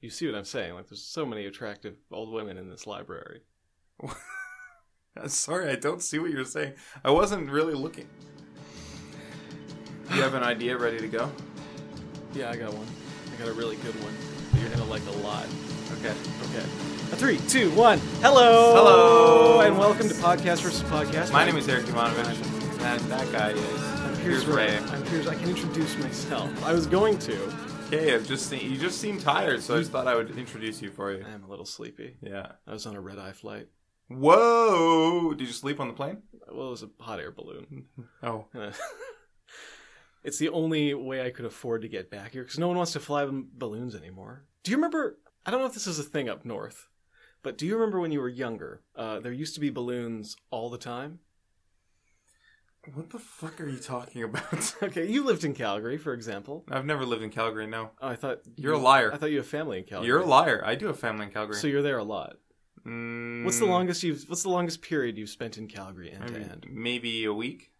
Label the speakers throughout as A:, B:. A: You see what I'm saying? Like, there's so many attractive old women in this library.
B: Sorry, I don't see what you're saying. I wasn't really looking. You have an idea ready to go?
A: Yeah, I got one. I got a really good one that you're gonna like a lot.
B: Okay.
A: Okay. A three, two, one. Hello.
B: Hello.
A: And welcome to Podcast versus Podcast.
B: My name is Eric Ivanovich. That, that guy is.
A: I'm Piers Ray. I'm Piers. I can introduce myself. I was going to.
B: Okay, I've just seen, you just seem tired, so I just thought I would introduce you for you.
A: I'm a little sleepy.
B: Yeah.
A: I was on a red eye flight.
B: Whoa! Did you sleep on the plane?
A: Well, it was a hot air balloon.
B: Oh.
A: Uh, it's the only way I could afford to get back here because no one wants to fly m- balloons anymore. Do you remember? I don't know if this is a thing up north, but do you remember when you were younger? Uh, there used to be balloons all the time.
B: What the fuck are you talking about?
A: Okay, you lived in Calgary, for example.
B: I've never lived in Calgary, no.
A: Oh, I thought
B: You're a
A: you-
B: liar.
A: I thought you had family in Calgary.
B: You're a liar. I do have family in Calgary.
A: So you're there a lot.
B: Mm,
A: What's the longest you've? What's the longest period you've spent in Calgary end
B: maybe,
A: to end?
B: maybe a week?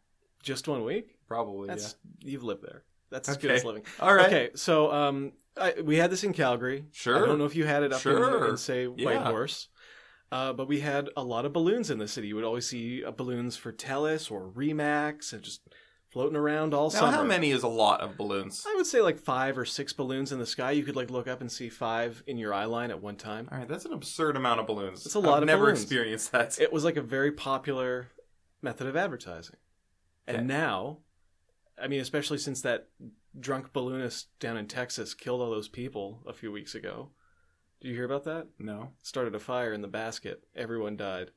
A: Just one week.
B: Probably,
A: That's you've lived there. That's as good
B: Okay.
A: as living.
B: yeah. All right.
A: Okay, so um, I, we had this in Calgary.
B: Sure.
A: I don't know if you had it up
B: Sure.
A: in, in say
B: Yeah.
A: Whitehorse, uh, but we had a lot of balloons in the city. You would always see uh, balloons for Telus or Remax and just floating around all
B: Now,
A: summer.
B: how many is a lot of balloons?
A: I would say like five or six balloons in the sky. You could like look up and see five in your eye line at one time.
B: All right, that's an absurd amount of balloons.
A: It's a lot
B: I've
A: of
B: never
A: balloons.
B: experienced that.
A: It was like a very popular method of advertising,
B: Okay.
A: and now, I mean, especially since that drunk balloonist down in Texas killed all those people a few weeks ago. Did you hear about that?
B: no.
A: started a fire in the basket. Everyone died.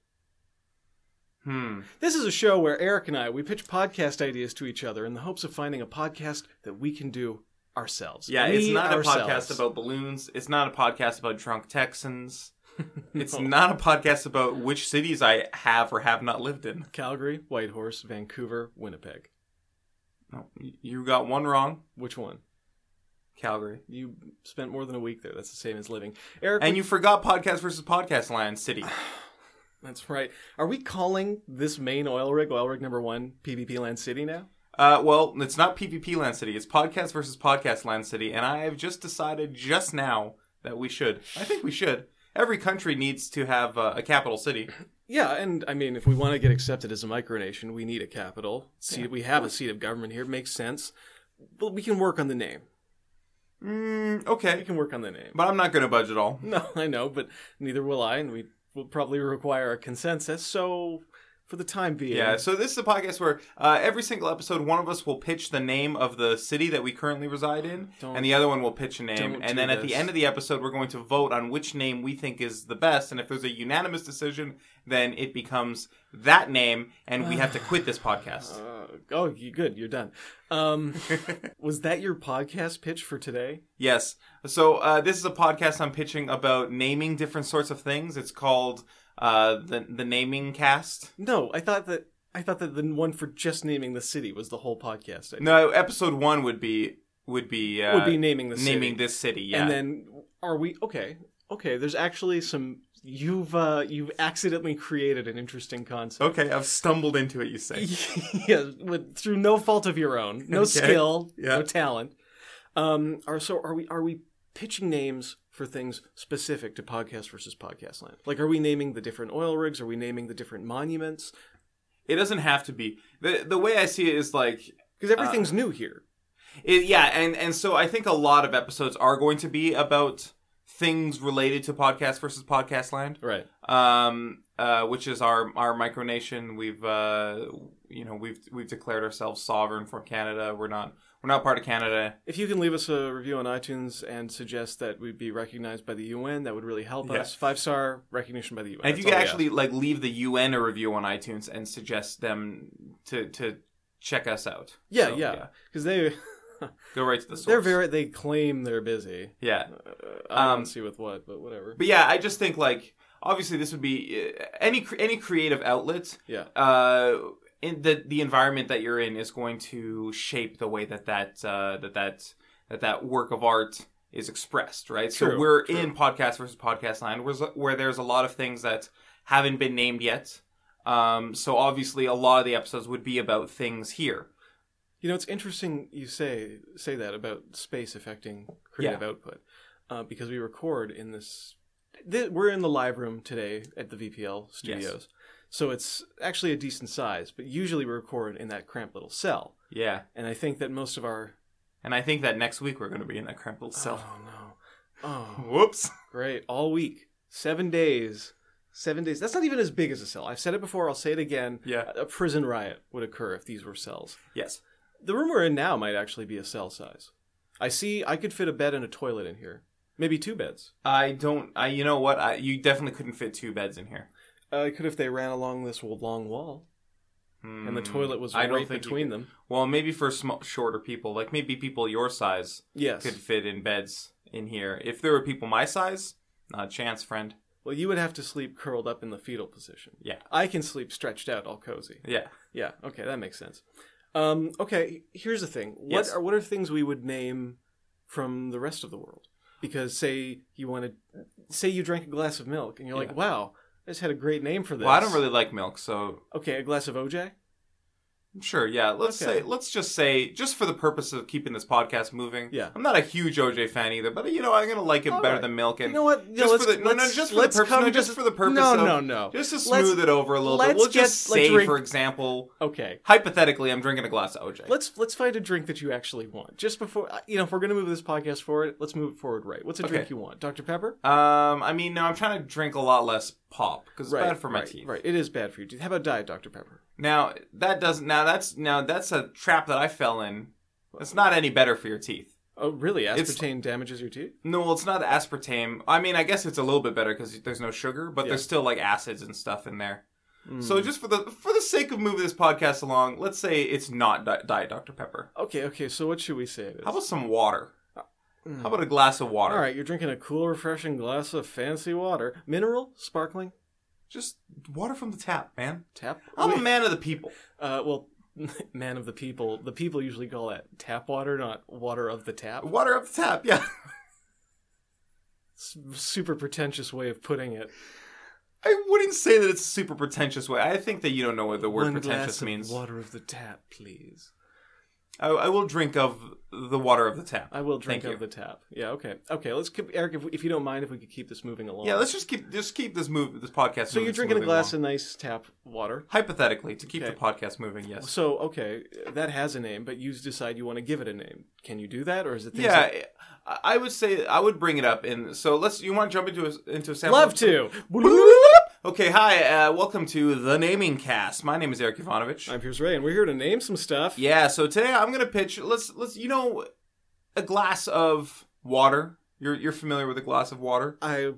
B: Hmm.
A: This is a show where Eric and I we pitch podcast ideas to each other in the hopes of finding a podcast that we can do ourselves.
B: Yeah,
A: We
B: it's not
A: ourselves.
B: a podcast about balloons. It's not a podcast about drunk Texans. It's
A: No.
B: not a podcast about which cities I have or have not lived in.
A: Calgary, Whitehorse, Vancouver, Winnipeg.
B: No, y- you got one wrong,
A: Which one?
B: Calgary,
A: You spent more than a week there. That's the same as living. Eric,
B: and you forgot podcast versus podcast land city.
A: that's right. Are we calling this main oil rig oil rig number one PvP Land City now?
B: Uh, well, it's not PvP land city. It's podcast versus podcast land city, and I have just decided just now that we should. I think we should. Every country needs to have uh, a capital city.
A: Yeah, and I mean, if we want to get accepted as a micronation, we need a capital. See, we have a seat of government here. Makes sense. But we can work on the name.
B: Mm,
A: We
B: okay,
A: can work on the name.
B: but I'm not going to budge at all.
A: No, I know, but neither will I, and we will probably require a consensus. So, for the time being,
B: Yeah, so this is a podcast where uh, every single episode, one of us will pitch the name of the city that we currently reside in,
A: Don't-
B: and the other one will pitch a
A: don't
B: name.
A: do
B: And then at the
A: this.
B: end of the episode, we're going to vote on which name we think is the best. And if there's a unanimous decision, then it becomes that name, and we have to quit this podcast.
A: Uh, oh, you, good, you're done. Um, was that your podcast pitch for today?
B: Yes. So uh, this is a podcast I'm pitching about naming different sorts of things. It's called uh, the the Naming Cast.
A: No, I thought that I thought that the one for just naming the city was the whole podcast. idea.
B: No, episode one would be would be uh,
A: would be naming the city.
B: naming this city. Yeah.
A: And then are we okay? Okay, there's actually some you've uh, you've accidentally created an interesting concept.
B: Okay, I've stumbled into it, you say.
A: yeah, with, through no fault of your own, no
B: Okay.
A: skill,
B: Yeah.
A: no talent. Um, are so are we are we pitching names for things specific to podcast versus podcast land? Like, are we naming the different oil rigs? Are we naming the different monuments?
B: It doesn't have to be. The the way I see it is like
A: Because
B: Uh,
A: everything's new here.
B: it, yeah, and and so I think a lot of episodes are going to be about things related to podcast versus podcast land.
A: Right.
B: Um uh, which is our our micronation. We've uh, you know we've we've declared ourselves sovereign from Canada. We're not we're not part of Canada.
A: If you can leave us a review on iTunes and suggest that we be recognized by the UN, that would really help
B: Yeah.
A: us. Five star recognition by the UN.
B: And if
A: That's
B: you could
A: all we ask.
B: actually like leave the UN a review on iTunes and suggest them to to check us out.
A: Yeah,
B: So,
A: yeah. Because they
B: Go right to the source.
A: they're very they claim they're busy.
B: yeah.
A: Uh, I
B: Um,
A: don't see with what, but whatever.
B: But yeah, I just think like obviously this would be uh, any cre- any creative outlet.
A: Yeah.
B: Uh, in the the environment that you're in is going to shape the way that that uh, that that that that work of art is expressed, right? so
A: True,
B: we're
A: true.
B: in podcast versus podcast land, where where there's a lot of things that haven't been named yet. Um, so obviously, a lot of the episodes would be about things here.
A: You know, it's interesting you say say that about space affecting creative output. uh, because we record in this. Th- we're in the live room today at the VPL studios, so it's actually a decent size. But usually we record in that cramped little cell,
B: Yeah.
A: and I think that most of our
B: And I think that next week we're going to be in that cramped little cell.
A: oh no, oh
B: Whoops.
A: Great. All week. Seven days. Seven days. That's not even as big as a cell. I've said it before. I'll say it again.
B: Yeah.
A: A prison riot would occur if these were cells.
B: Yes.
A: The room we're in now might actually be a cell size. I see I could fit a bed and a toilet in here. Maybe two beds.
B: I don't. I. You know what? I. You definitely couldn't fit two beds in here.
A: I Uh, could if they ran along this long wall and the
B: Hmm.
A: toilet was
B: I don't
A: right
B: think you
A: between
B: could-
A: them.
B: Well, maybe for small, shorter people, like maybe people your size
A: Yes.
B: could fit in beds in here. If there were people my size, not a chance, friend.
A: Well, you would have to sleep curled up in the fetal position.
B: Yeah.
A: I can sleep stretched out, all cozy.
B: Yeah.
A: Yeah. Okay, that makes sense. Um, okay, here's the thing. What
B: Yes.
A: are what are things we would name from the rest of the world? Because say you wanted, say you drank a glass of milk, and you're
B: Yeah.
A: like, "Wow, I just had a great name for this."
B: Well, I don't really like milk, so
A: Okay, a glass of OJ.
B: sure. Yeah. Let's
A: Okay.
B: say. Let's just say, just for the purpose of keeping this podcast moving.
A: Yeah.
B: I'm not a huge OJ fan either, but you know I'm gonna like it
A: All
B: better
A: right.
B: than milk.
A: You
B: And
A: know what? No,
B: just
A: let's,
B: for the, no, no,
A: let's-
B: just for
A: let's
B: the purpose,
A: come
B: no,
A: to-
B: just for the purpose
A: No,
B: of,
A: no, no.
B: just to
A: Let's-
B: smooth it over a little bit.
A: let's
B: We'll just
A: get- let's
B: say,
A: drink-
B: for example,
A: Okay,
B: hypothetically, I'm drinking a glass of OJ.
A: let's let's find a drink that you actually want. Just before uh, you know, if we're gonna move this podcast forward, let's move it forward right. What's a drink
B: Okay.
A: you want? Dr Pepper.
B: Um, I mean, no, I'm trying to drink a lot less pop because it's bad for my
A: right,
B: teeth.
A: Right, it is bad for your teeth. How about Diet Dr Pepper?
B: Now that doesn't. Now that's now that's a trap that I fell in. It's not any better for your teeth.
A: Oh, really?
B: It's-
A: Aspartame damages your teeth.
B: No, well, it's not aspartame. I mean, I guess it's a little bit better because there's no sugar, but
A: Yeah.
B: there's still like acids and stuff in there.
A: Hmm.
B: So just for the for the sake of moving this podcast along, let's say it's not Di- Diet Dr Pepper.
A: Okay, okay. So what should we say it is?
B: How about some water?
A: Mm.
B: How about a glass of water?
A: All right, you're drinking a cool, refreshing glass of fancy water, mineral, sparkling,
B: Just water from the tap, man.
A: tap.
B: I'm a
A: Wait,
B: man of the people.
A: uh, well, man of the people. The people usually call that tap water, not water of the tap.
B: Water up the tap, yeah.
A: S- super pretentious way of putting it.
B: I wouldn't say that it's a super pretentious way. I think that you don't know what the word
A: One
B: pretentious
A: glass of
B: means.
A: water of the tap, please.
B: I, I will drink of the water of the tap.
A: I will drink
B: Thank
A: of the tap. Yeah, okay, okay. Let's keep Eric. If, if you don't mind, if we could keep this moving along.
B: yeah, let's just keep just keep this move this podcast.
A: So you're drinking a glass of nice tap water.
B: hypothetically to keep
A: Okay.
B: the podcast moving. Yes.
A: So okay, that has a name, but you decide you want to give it a name. Can you do that, or is it things
B: Yeah,
A: like-
B: I I would say I would bring it up, and so let's. You want to jump into a, into a sample?
A: love to.
B: Okay, hi, uh, welcome to the Naming Cast. My name is Eric Ivanovich.
A: I'm Pierce Ray, and we're here to name some stuff.
B: Yeah, so today I'm gonna pitch. Let's let's you know, a glass of water. You're you're familiar with a glass of water.
A: I,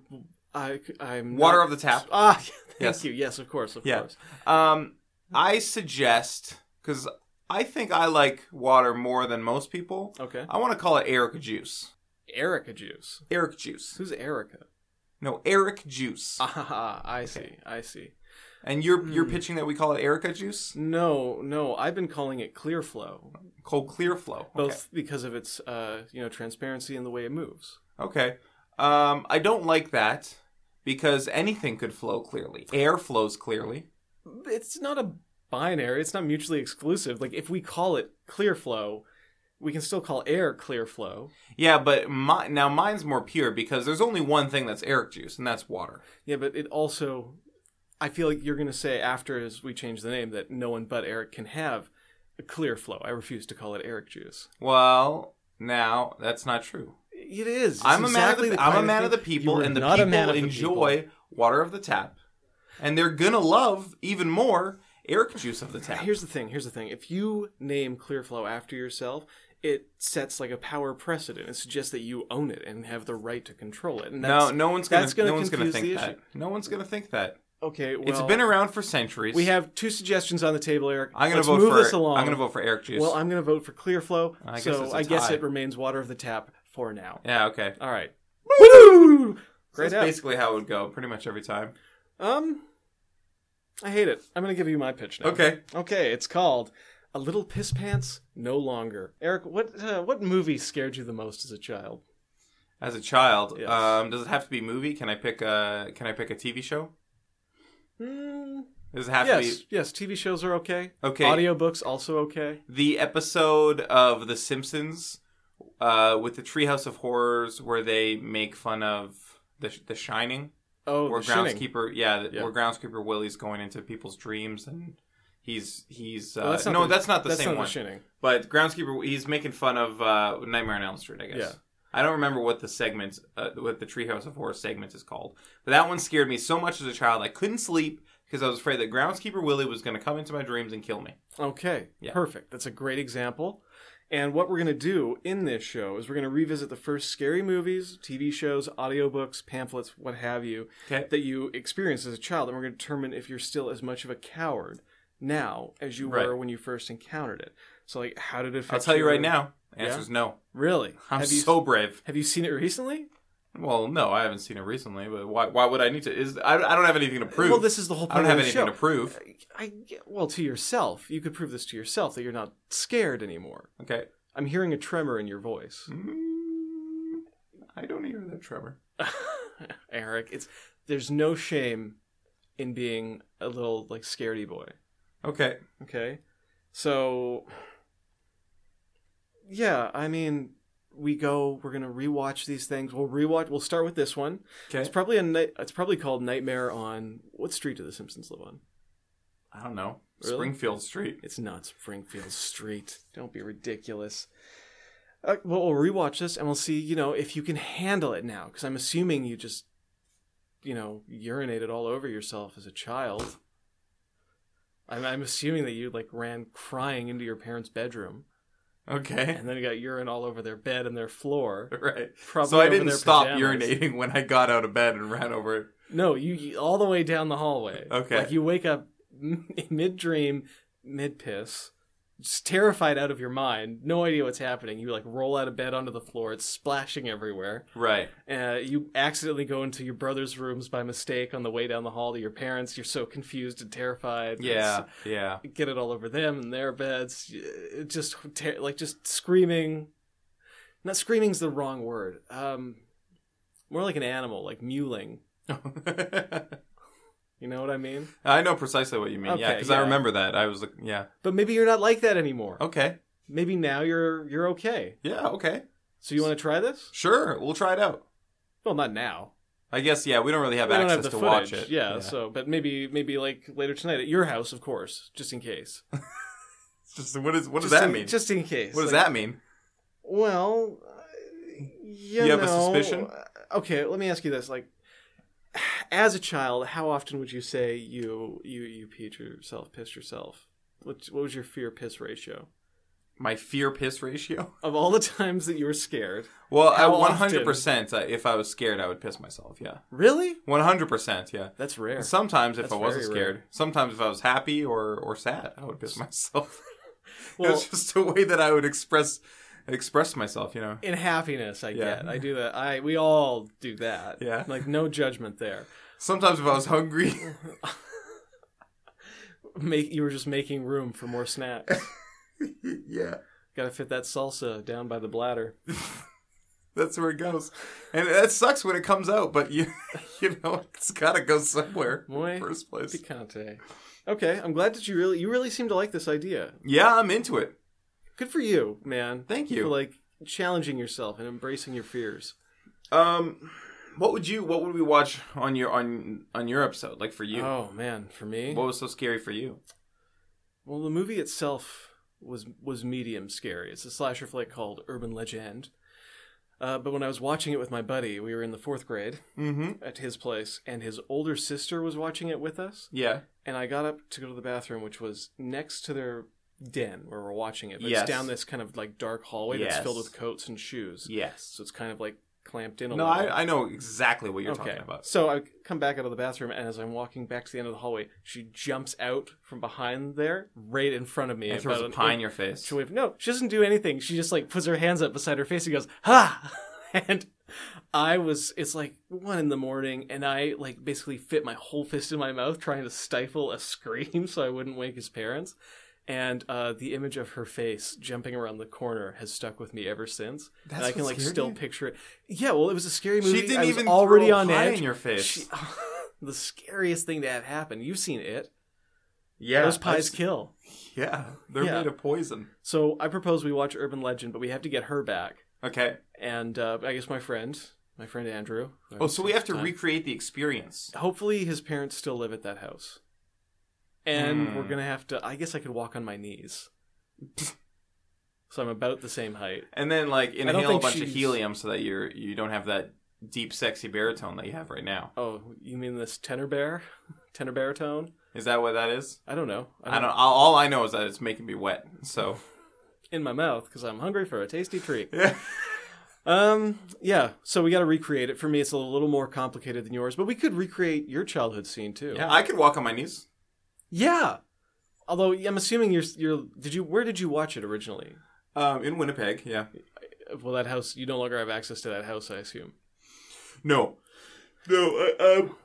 A: I, I'm
B: Water
A: not-
B: of the tap.
A: Ah, thank
B: Yes.
A: you. Yes, of course, of
B: Yeah.
A: course.
B: Um, I suggest because I think I like water more than most people.
A: Okay,
B: I want to call it Eric juice.
A: Erica juice.
B: Eric juice.
A: Who's Erica?
B: No, Eric juice.
A: Ah, I see. I see.
B: And you're you're
A: Hmm.
B: pitching that we call it Erica juice.
A: No, no, I've been calling it Clear Flow,
B: Cold clear flow. Okay.
A: both because of its, uh, you know, transparency and the way it moves.
B: Okay. Um, I don't like that because anything could flow clearly. Air flows clearly.
A: it's not a binary. It's not mutually exclusive. Like if we call it clear flow, we can still call air clear flow.
B: Yeah, but my, now mine's more pure because there's only one thing that's Eric juice, and that's water.
A: Yeah, but it also, I feel like you're gonna say after as we change the name that no one but Eric can have a clear flow. I refuse to call it Eric juice.
B: Well, now that's not true.
A: It is. It's
B: I'm a man. Of the,
A: exactly
B: I'm
A: kind
B: a man of the
A: thing-
B: people,
A: You are
B: and the
A: not a
B: people
A: man of the
B: enjoy
A: people.
B: water of the tap, and they're gonna love even more Eric juice of the tap.
A: Here's the thing. Here's the thing. If you name clear flow after yourself. It sets like a power precedent. It suggests that you own it and have the right to control it. And that's,
B: No, no one's gonna.
A: that's gonna
B: no one's gonna
A: confuse
B: think
A: the
B: that. No one's gonna think that.
A: okay. Well,
B: it's been around for centuries.
A: We have two suggestions on the table, Eric.
B: I'm gonna
A: Let's
B: vote
A: move
B: for.
A: this along.
B: I'm gonna vote for Eric juice.
A: Well, I'm going to vote for Clearflow,
B: I guess
A: so
B: it's a
A: I guess
B: tie.
A: it remains water of the tap for now.
B: yeah. Okay.
A: All right.
B: So
A: Great
B: that's
A: out.
B: basically how it would go, pretty much every time.
A: Um, I hate it. I'm going to give you my pitch now.
B: Okay.
A: Okay. It's called "A Little Piss Pants No Longer." Eric, what uh, what movie scared you the most as a child?
B: As a child,
A: Yes.
B: um, does it have to be movie? Can I pick a? Can I pick a TV show?
A: Hmm.
B: Does it have to
A: yes.
B: be
A: Yes. TV shows are okay.
B: Okay.
A: Audiobooks also okay.
B: the episode of The Simpsons uh, with the Treehouse of Horrors where they make fun of the the Shining,
A: Oh,
B: where
A: the Shining.
B: groundskeeper, yeah,
A: Yeah.
B: where groundskeeper Willie's going into people's dreams and he's he's uh,
A: Oh, that's not
B: no,
A: the-
B: that's not the
A: That's
B: same
A: not
B: one.
A: the Shining.
B: But groundskeeper, he's making fun of uh, Nightmare on Elm Street, I guess.
A: Yeah.
B: I don't remember what the segment, uh, what the Treehouse of Horror segment is called, but that one scared me so much as a child. I couldn't sleep because I was afraid that groundskeeper Willie was going to come into my dreams and kill me.
A: Okay,
B: Yeah.
A: perfect. That's a great example. And what we're going to do in this show is we're going to revisit the first scary movies, TV shows, audiobooks, pamphlets, what have you,
B: Okay.
A: that you experienced as a child. And we're going to determine if you're still as much of a coward now as you
B: Right.
A: were when you first encountered it. So, like, how did it affect
B: I'll tell you
A: your-
B: right now.
A: Yeah?
B: Answer's no.
A: Really?
B: I'm
A: have you,
B: so brave.
A: Have you seen it recently?
B: Well, no, I haven't seen it recently, but why? Why would I need to? Is I, I don't have anything to prove.
A: Well, this is the whole
B: I
A: point
B: don't have
A: of the
B: anything
A: show.
B: to prove.
A: I, well, to yourself. You could prove this to yourself that you're not scared anymore.
B: Okay.
A: I'm hearing a tremor in your voice.
B: Mm, I don't hear that, Trevor.
A: Eric, it's there's no shame in being a little like scaredy boy.
B: Okay.
A: Okay, so yeah, I mean, we go. We're gonna rewatch these things. We'll rewatch. We'll start with this one.
B: Okay.
A: It's probably a. night. It's probably called Nightmare on what street do the Simpsons live on?
B: I don't know.
A: Really?
B: Springfield Street.
A: It's not Springfield Street. Don't be ridiculous. Uh, well, we'll rewatch this and we'll see, you know, if you can handle it now. Because I'm assuming you just, you know, urinated all over yourself as a child. I'm, I'm assuming that you, like, ran crying into your parents' bedroom
B: Okay.
A: and then you got urine all over their bed and their floor.
B: Right.
A: Probably
B: so I
A: over
B: didn't
A: their
B: stop
A: pajamas.
B: urinating when I got out of bed and ran over it.
A: No, you, you all the way down the hallway.
B: Okay.
A: Like, you wake up mid dream, mid piss, just terrified out of your mind, no idea what's happening. You like roll out of bed onto the floor, it's splashing everywhere.
B: Right.
A: Uh, you accidentally go into your brother's rooms by mistake on the way down the hall to your parents. You're so confused and terrified.
B: Yeah. Yeah.
A: It's- get it all over them and their beds. It just ter- like just screaming. Not screaming's the wrong word. Um, more like an animal, like mewling. You know what I mean?
B: I know precisely what you mean. yeah,
A: Okay,
B: because I
A: yeah.
B: remember that. I was like, yeah.
A: But maybe you're not like that anymore.
B: Okay.
A: Maybe now you're you're okay.
B: Yeah. Okay.
A: So you want to try this?
B: Sure. We'll try it out.
A: Well, not now.
B: I guess. Yeah. We don't really have
A: We don't have
B: access
A: the
B: to
A: footage.
B: watch it.
A: Yeah, So, but maybe maybe like later tonight at your house, of course, just in case. What
B: It's just what is what
A: just
B: does that
A: in,
B: mean?
A: Just in case.
B: what does
A: Like,
B: that mean?
A: Well, uh, you,
B: You have a
A: know,
B: suspicion?
A: Okay, let me ask you this: like, as a child, how often would you say you you you peed yourself, pissed yourself? What what was your fear piss ratio
B: My fear piss ratio.
A: of all the times that you were scared?
B: Well,
A: How
B: I
A: often?
B: 100. percent uh, If I was scared, I would piss myself. Yeah.
A: Really?
B: 100. percent Yeah.
A: That's rare.
B: Sometimes if
A: That's
B: I wasn't
A: very
B: scared,
A: rare.
B: sometimes if I was happy or or sad, I would piss myself.
A: Well,
B: it's just a way that I would express express myself, you know.
A: in happiness i
B: Yeah.
A: get i do that i we all do that
B: Yeah.
A: like no judgment there
B: Sometimes if I was hungry,
A: make you were just making room for more snacks
B: yeah,
A: gotta fit that salsa down by the bladder
B: that's where it goes. And that sucks when it comes out, but you you know it's got to go somewhere in
A: Muy
B: the first place.
A: picante okay i'm glad that you really you really seem to like this idea
B: Yeah, I'm into it.
A: good for you man
B: Thank
A: for
B: you.
A: like challenging yourself and embracing your fears
B: Um, what would you what would we watch on your on on your episode? Like for you,
A: oh man for me
B: what was so scary for you?
A: well the movie itself was was medium scary it's a slasher flick called urban legend uh, but when i was watching it with my buddy we were in the fourth grade
B: Mm-hmm.
A: at his place, and his older sister was watching it with us.
B: Yeah.
A: And I got up to go to the bathroom, which was next to their den where we're watching it. But
B: Yes.
A: It's down this kind of like dark hallway
B: Yes.
A: that's filled with coats and shoes.
B: Yes.
A: So it's kind of like clamped in a
B: No,
A: little.
B: I, I know exactly what you're
A: okay.
B: talking about.
A: So I come back out of the bathroom, and as I'm walking back to the end of the hallway, she jumps out from behind there, right in front of me.
B: And throws a
A: about an
B: pie in
A: inch
B: your face.
A: away from- No, she doesn't do anything. She just like puts her hands up beside her face and goes, "Ha!" And I was, it's like one in the morning, and I like basically fit my whole fist in my mouth trying to stifle a scream so I wouldn't wake his parents. And uh, the image of her face jumping around the corner has stuck with me ever since. and
B: That's
A: I can
B: what
A: like
B: scared
A: still
B: you?
A: picture it. Yeah, well, it was a scary movie.
B: She didn't
A: I was
B: even
A: already
B: throw a
A: on
B: pie
A: edge.
B: in your face.
A: She- the scariest thing to have happen. You've seen it.
B: yeah,
A: Those pies
B: that's-
A: kill.
B: Yeah, they're
A: Yeah.
B: made of poison.
A: So I propose we watch Urban Legend, but we have to get her back
B: Okay.
A: and uh, I guess my friend, my friend Andrew. who I
B: Oh,
A: met
B: so we have to
A: time-
B: recreate the experience.
A: Hopefully, his parents still live at that house, and
B: Hmm.
A: we're gonna have to. I guess I could walk on my knees, so I'm about the same height.
B: And then like
A: don't
B: inhale a
A: think
B: bunch of
A: she's-
B: helium so that you're you don't have that deep sexy baritone that you have right now.
A: Oh, you mean this tenor bear, tenor baritone?
B: Is that what that is?
A: I don't know.
B: I don't. All, all I know is that it's making me wet. So
A: in my mouth because I'm hungry for a tasty treat.
B: yeah.
A: Um, yeah. So we got to recreate it. For me, it's a little more complicated than yours, but we could recreate your childhood scene too.
B: I could walk on my knees.
A: Yeah. Although I'm assuming you're you're did you where did you watch it originally?
B: Um, in Winnipeg, yeah.
A: Well, that house you no longer have access to that house, I assume.
B: No, no. Uh, um,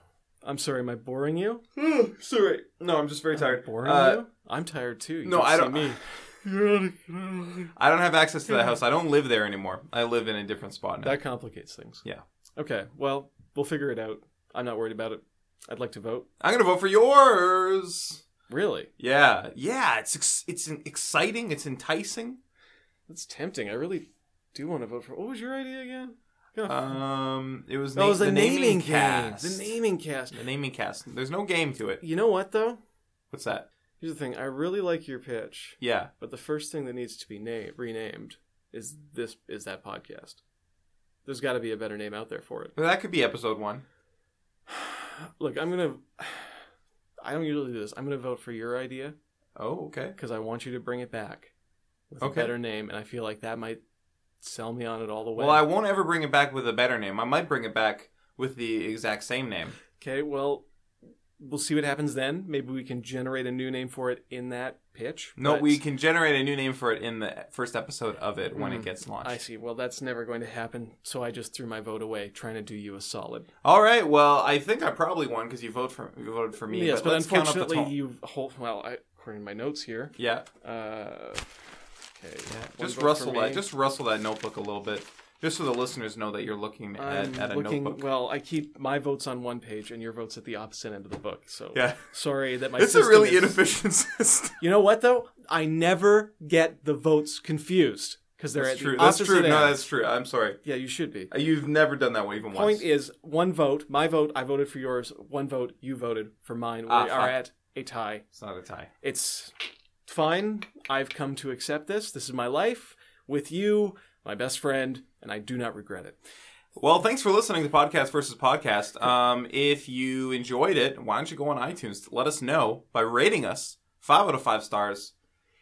A: I'm sorry, am I boring you?
B: oh, sorry. No, I'm just very tired.
A: Boring
B: Uh,
A: you? I'm tired too. You
B: no,
A: can
B: I
A: see
B: don't-
A: Me.
B: I don't have access to that house. I don't live there anymore. I live in a different spot now.
A: That complicates things.
B: Yeah.
A: Okay. Well, we'll figure it out. I'm not worried about it. I'd like to vote.
B: I'm gonna vote for yours.
A: Really?
B: Yeah, yeah. It's ex- it's en- exciting. It's enticing.
A: That's tempting. I really do want to vote for. What was your idea again?
B: Um, it was,
A: Oh,
B: na-
A: it was
B: the,
A: the
B: naming,
A: naming
B: cast.
A: The naming cast.
B: The naming cast. There's no game to it.
A: You know what though?
B: What's that?
A: Here's the thing. I really like your pitch,
B: Yeah.
A: but the first thing that needs to be na- renamed is this is that podcast. There's got to be a better name out there for it.
B: Well, that could be episode one.
A: Look, I'm gonna. I don't usually do this. I'm gonna vote for your idea
B: Oh, okay.
A: because I want you to bring it back with
B: Okay.
A: a better name, and I feel like that might sell me on it all the way.
B: Well, I won't ever bring it back with a better name. I might bring it back with the exact same name.
A: Okay, well, we'll see what happens then. Maybe we can generate a new name for it in that pitch.
B: No,
A: but-
B: we can generate a new name for it in the first episode of it when it
A: Mm,
B: gets launched.
A: I see. Well, that's never going to happen, so I just threw my vote away, trying to do you a solid.
B: All right. Well, I think I probably won because you voted for you voted for me.
A: yes, but,
B: let's count up the
A: unfortunately,
B: total.
A: you hold. Well, I, according to my notes here,
B: yeah,
A: uh, okay, one
B: yeah.
A: vote
B: Just
A: for
B: rustle that.
A: me.
B: Just rustle that notebook a little bit, just so the listeners know that you're looking
A: I'm
B: at, at a
A: looking.
B: notebook.
A: Well, I keep my votes on one page and your votes at the opposite end of the book. So
B: Yeah.
A: sorry that my.
B: It's a
A: system
B: really
A: is-
B: inefficient system.
A: You know what though? I never get the votes confused because they're
B: That's
A: at
B: true.
A: the
B: That's
A: opposite
B: true.
A: end.
B: No, that's true. I'm sorry.
A: Yeah, you should be.
B: Uh, You've never done that way even once.
A: Point is, one vote, my vote, I voted for yours. One vote, you voted for mine. We
B: Ah,
A: are
B: fuck.
A: at a tie.
B: it's not a tie.
A: It's fine. I've come to accept this. This is my life with you, my best friend, and I do not regret it.
B: Well, thanks for listening to Podcast versus Podcast. Um, if you enjoyed it, why don't you go on iTunes? Let us know by rating us five out of five stars,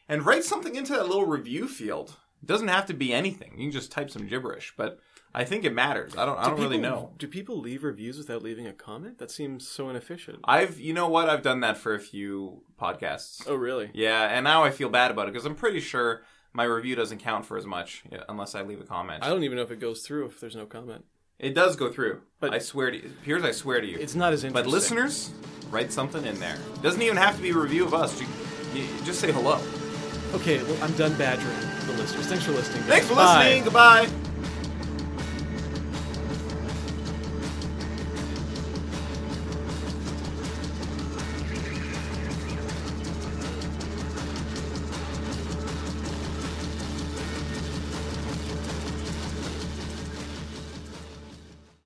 B: and write something into that little review field. It doesn't have to be anything. You can just type some gibberish, but I think it matters. I don't. I don't really
A: People-
B: know.
A: Do people leave reviews without leaving a comment? That seems so inefficient.
B: I've. You know what? I've done that for a few podcasts.
A: Oh, really?
B: Yeah, and now I feel bad about it because I'm pretty sure my review doesn't count for as much yeah, unless I leave a comment.
A: I don't even know if it goes through if there's no comment.
B: It does go through.
A: But-
B: I swear to you. Piers, I swear to you.
A: It's not as interesting.
B: But listeners, write something in there. Doesn't even have to be a review of us. You, you, just say hello.
A: Okay, well, I'm done badgering the listeners. Thanks for listening.
B: Thanks for
A: Bye.
B: listening. Goodbye.